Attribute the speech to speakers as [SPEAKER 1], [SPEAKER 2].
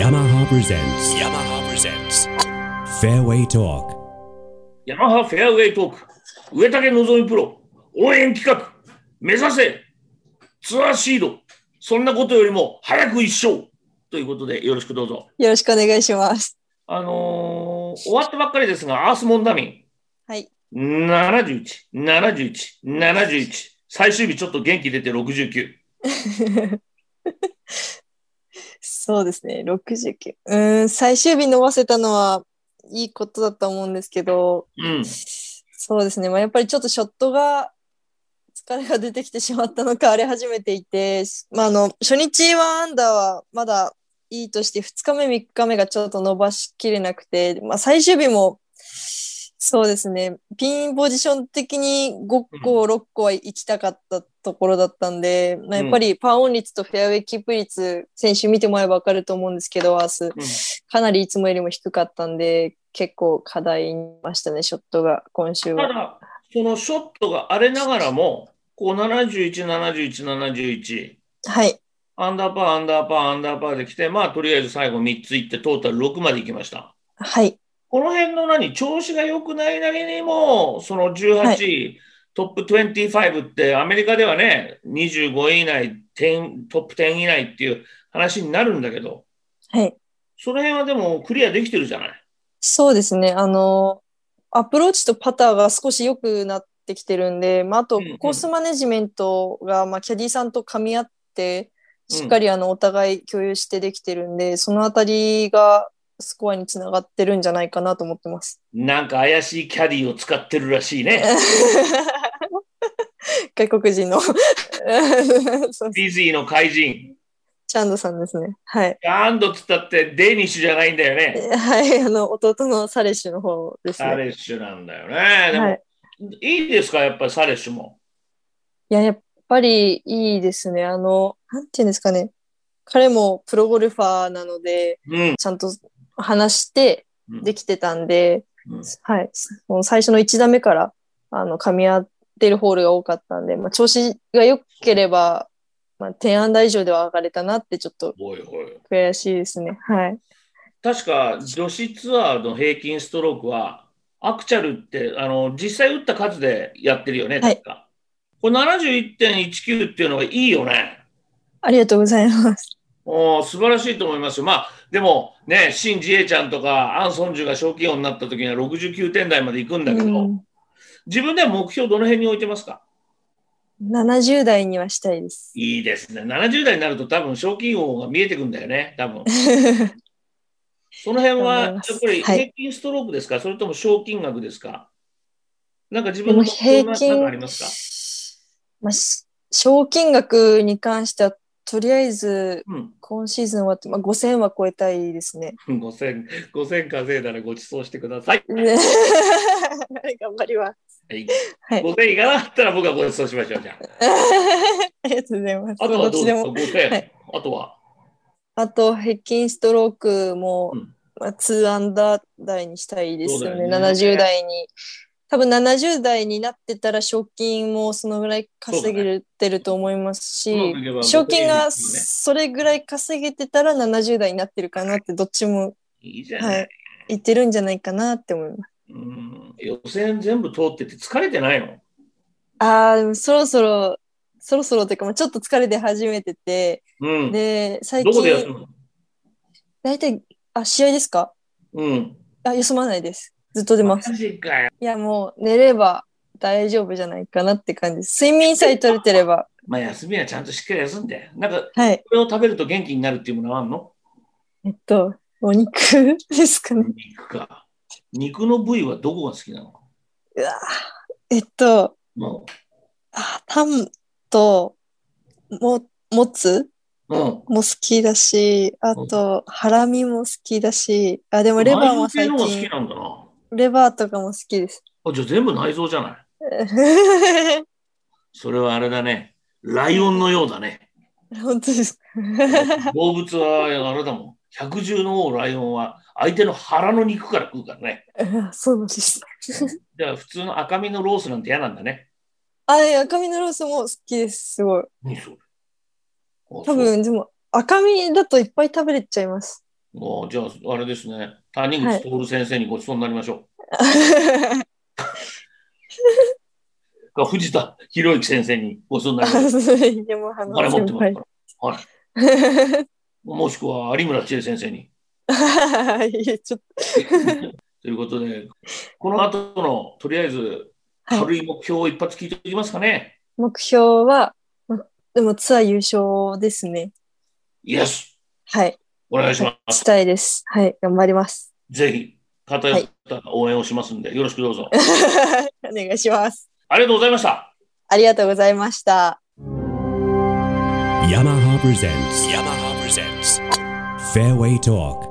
[SPEAKER 1] yamaha presents yamaha presents fairway talk
[SPEAKER 2] ヤマハフェアウェイトーク、植竹のぞみプロ、応援企画、目指せ、ツアーシード、そんなことよりも早く一勝ということで、よろしくどうぞ。
[SPEAKER 3] よろしくお願いします。
[SPEAKER 2] あのー終わったばっかりですが、アースモンダミ
[SPEAKER 3] はい。
[SPEAKER 2] ン、71、71、71、最終日ちょっと元気出て69。
[SPEAKER 3] そうですね、69。うーん、最終日伸ばせたのはいいことだと思うんですけど、
[SPEAKER 2] うん、
[SPEAKER 3] そうですね、まあ、やっぱりちょっとショットが疲れが出てきてしまったのか、荒れ始めていて、まあ、あの初日はアンダーはまだいいとして、2日目、3日目がちょっと伸ばしきれなくて、まあ、最終日も、そうですね、ピンポジション的に5個、6個は行きたかったところだったんで、まあ、やっぱりパーオン率とフェアウェイキープ率、選手見てもらえば分かると思うんですけど、明日、かなりいつもよりも低かったんで、結構課題にいましたね、ショットが、今週は
[SPEAKER 2] た。だ、そのショットが荒れながらも、こう71、71、71。
[SPEAKER 3] はい、
[SPEAKER 2] アンダーパー、アンダーパー、アンダーパーで来て、まあ、とりあえず最後3ついって、トータル6まで行きました。
[SPEAKER 3] はい、
[SPEAKER 2] この辺の何、調子が良くないなりにも、その18、
[SPEAKER 3] は
[SPEAKER 2] トップ25って、アメリカではね、25位以内、10トップ10以内っていう話になるんだけど、
[SPEAKER 3] はい。
[SPEAKER 2] その辺はでもクリアできてるじゃない。
[SPEAKER 3] そうですね、あの、アプローチとパターが少し良くなってきてるんで、まあ、あ
[SPEAKER 2] う
[SPEAKER 3] と
[SPEAKER 2] んうん
[SPEAKER 3] コースマネジメントが、まあ、キャディーさんと噛み合って、しっかりあのお互い共有してできてるんで、そのあたりがスコアにつながってるんじゃないかなと思っ てます。
[SPEAKER 2] なんか怪しいキャディーを使ってるらしい ね。
[SPEAKER 3] 外国人の そう
[SPEAKER 2] ビジーの怪人。
[SPEAKER 3] チャンドさんですね。はい。
[SPEAKER 2] アンドっつったってデニッシュじゃないんだよね。
[SPEAKER 3] はい、あの弟のサレッシュの方です
[SPEAKER 2] サ
[SPEAKER 3] ね。
[SPEAKER 2] レッシュなんだよね。でも、
[SPEAKER 3] はい
[SPEAKER 2] いいですか、やっぱりサレッシュも。
[SPEAKER 3] いや、やっぱりいいですね。あの、なんていうんですかね。彼もプロゴルファーなので、
[SPEAKER 2] うん。
[SPEAKER 3] ちゃんと話して
[SPEAKER 2] うん
[SPEAKER 3] できてたんで、
[SPEAKER 2] うん
[SPEAKER 3] はい。もう最初の1打目から、あの、噛み合ってるホールが多かったんで、まあ、調子が良ければ、まあ、10アンダー以上では上がれたなって、ちょっと
[SPEAKER 2] おいおい
[SPEAKER 3] 悔しいですね。はい。
[SPEAKER 2] 確か女子ツアーの平均ストロークは、アクチャルってあの実際打った数でやってるよね、
[SPEAKER 3] はい
[SPEAKER 2] 確か。これ71.19っていうのがいいよね。
[SPEAKER 3] ありがとうございます。
[SPEAKER 2] おー素晴らしいと思いますよ。まあ、でもね、シン・ジエちゃんとか、アン・ソンジュが賞金王になった時には69点台まで行くんだけど、
[SPEAKER 3] うん、
[SPEAKER 2] 自分では目標どの辺に置いてますか
[SPEAKER 3] 70代にはした いです。
[SPEAKER 2] いいですね。70代になると多分賞金王が見えてくんだよね、多分。その辺は
[SPEAKER 3] 頑張
[SPEAKER 2] や
[SPEAKER 3] り
[SPEAKER 2] っ
[SPEAKER 3] ます
[SPEAKER 2] ぱり
[SPEAKER 3] はい
[SPEAKER 2] 平均ストロークですか、それとも賞金額ですかなんか自分の
[SPEAKER 3] でも平
[SPEAKER 2] 目標
[SPEAKER 3] 均
[SPEAKER 2] なんかありますか
[SPEAKER 3] まあ、し賞金額に関しては、とりあえず
[SPEAKER 2] うん、
[SPEAKER 3] 今シーズン終わって、まあ、5000は超えたいで すね。
[SPEAKER 2] 5000、5000稼いだらご馳走してください。
[SPEAKER 3] ね頑張ります。
[SPEAKER 2] はい、
[SPEAKER 3] はい。
[SPEAKER 2] 5000いかなかったら僕はご馳走しましょうじゃ
[SPEAKER 3] ありがとうございます。
[SPEAKER 2] あ。あとは
[SPEAKER 3] ど
[SPEAKER 2] ど
[SPEAKER 3] っ
[SPEAKER 2] う
[SPEAKER 3] ち
[SPEAKER 2] で
[SPEAKER 3] です
[SPEAKER 2] か
[SPEAKER 3] も。
[SPEAKER 2] ?5000、
[SPEAKER 3] はい
[SPEAKER 2] あとは。
[SPEAKER 3] あと、平均ストロークも、
[SPEAKER 2] うん
[SPEAKER 3] まあ、2アンダー台にしたいですよ
[SPEAKER 2] そうだ
[SPEAKER 3] ね。
[SPEAKER 2] よね
[SPEAKER 3] 70代に。多分70代になってたら賞金もそのぐらい稼げれてると思いますし、
[SPEAKER 2] うまくいけば
[SPEAKER 3] 賞金
[SPEAKER 2] 5000いくよね
[SPEAKER 3] がそれぐらい稼げてたら70代になってるかなってどっちも
[SPEAKER 2] いいじゃない。
[SPEAKER 3] はい、言ってるんじゃないかなって思います。
[SPEAKER 2] うん予選全部通ってて疲れてないの
[SPEAKER 3] ああ、でもそろそろ、そろそろというか、まあ、ちょっと疲れて始めてて、
[SPEAKER 2] うん。
[SPEAKER 3] で、最
[SPEAKER 2] どこでやる
[SPEAKER 3] 近、
[SPEAKER 2] の
[SPEAKER 3] 大体、あ、試合ですか
[SPEAKER 2] うん。
[SPEAKER 3] あ、休まないです。ずっと出ます。
[SPEAKER 2] マジかよ。
[SPEAKER 3] いや、もう寝れば大丈夫じゃないかなって感じです。睡眠さえ取れてれば、
[SPEAKER 2] まあ休みはちゃんとしっかり休んで。なんか、
[SPEAKER 3] はい。
[SPEAKER 2] これを食べると元気になるっていうものはあんの
[SPEAKER 3] えっと、お肉ですかね。
[SPEAKER 2] 肉か。肉の部位はどこが好きなの
[SPEAKER 3] うわえっと、
[SPEAKER 2] も
[SPEAKER 3] あ、タンと、も、もつ
[SPEAKER 2] う。うん。
[SPEAKER 3] も好きだし、あと、ハラミも好きだし、あ、でもレバーも最
[SPEAKER 2] 内臓系
[SPEAKER 3] 近、
[SPEAKER 2] の方が好きなんだな。
[SPEAKER 3] レバーとかも好きです。
[SPEAKER 2] あ、じゃあ全部内臓じゃない。それはあれだね。ライオンのようだ ね。
[SPEAKER 3] 本当ですか
[SPEAKER 2] 動物はあれだもん。百獣の王ライオンは相手の腹の肉から食うからね。
[SPEAKER 3] そうなんです。
[SPEAKER 2] じゃあ普通の赤身のロースなんて嫌なんだね。
[SPEAKER 3] あ、いや赤身のロースも好きです。すごい。
[SPEAKER 2] 何それ。多
[SPEAKER 3] 多。分、でも、赤身だといっぱい食べれちゃいます。
[SPEAKER 2] もうじゃあ、あれですね、谷口徹先生にごちそうになりましょう。が藤田博之先生にご相談になり ます。
[SPEAKER 3] でも、あ
[SPEAKER 2] お金
[SPEAKER 3] の、
[SPEAKER 2] 持っ
[SPEAKER 3] 先
[SPEAKER 2] てます
[SPEAKER 3] 輩
[SPEAKER 2] か。ら。はい。もしくは有村千恵先生 に。
[SPEAKER 3] はいや、ちょっと、
[SPEAKER 2] ということで、この後の、とりあえず、
[SPEAKER 3] はい
[SPEAKER 2] 軽い目標を一発聞いておきますかね。
[SPEAKER 3] 目標は、までもツアー優勝ですね。
[SPEAKER 2] イエス
[SPEAKER 3] はい。
[SPEAKER 2] お願いします。
[SPEAKER 3] したいです。はい、頑張ります。
[SPEAKER 2] ぜひ、偏った応援をしますんで、よろしくどうぞ。
[SPEAKER 3] お願いします。
[SPEAKER 2] ありがとうございました。
[SPEAKER 3] ありがとうございました。
[SPEAKER 1] yamaha presents yamaha presents fairway talk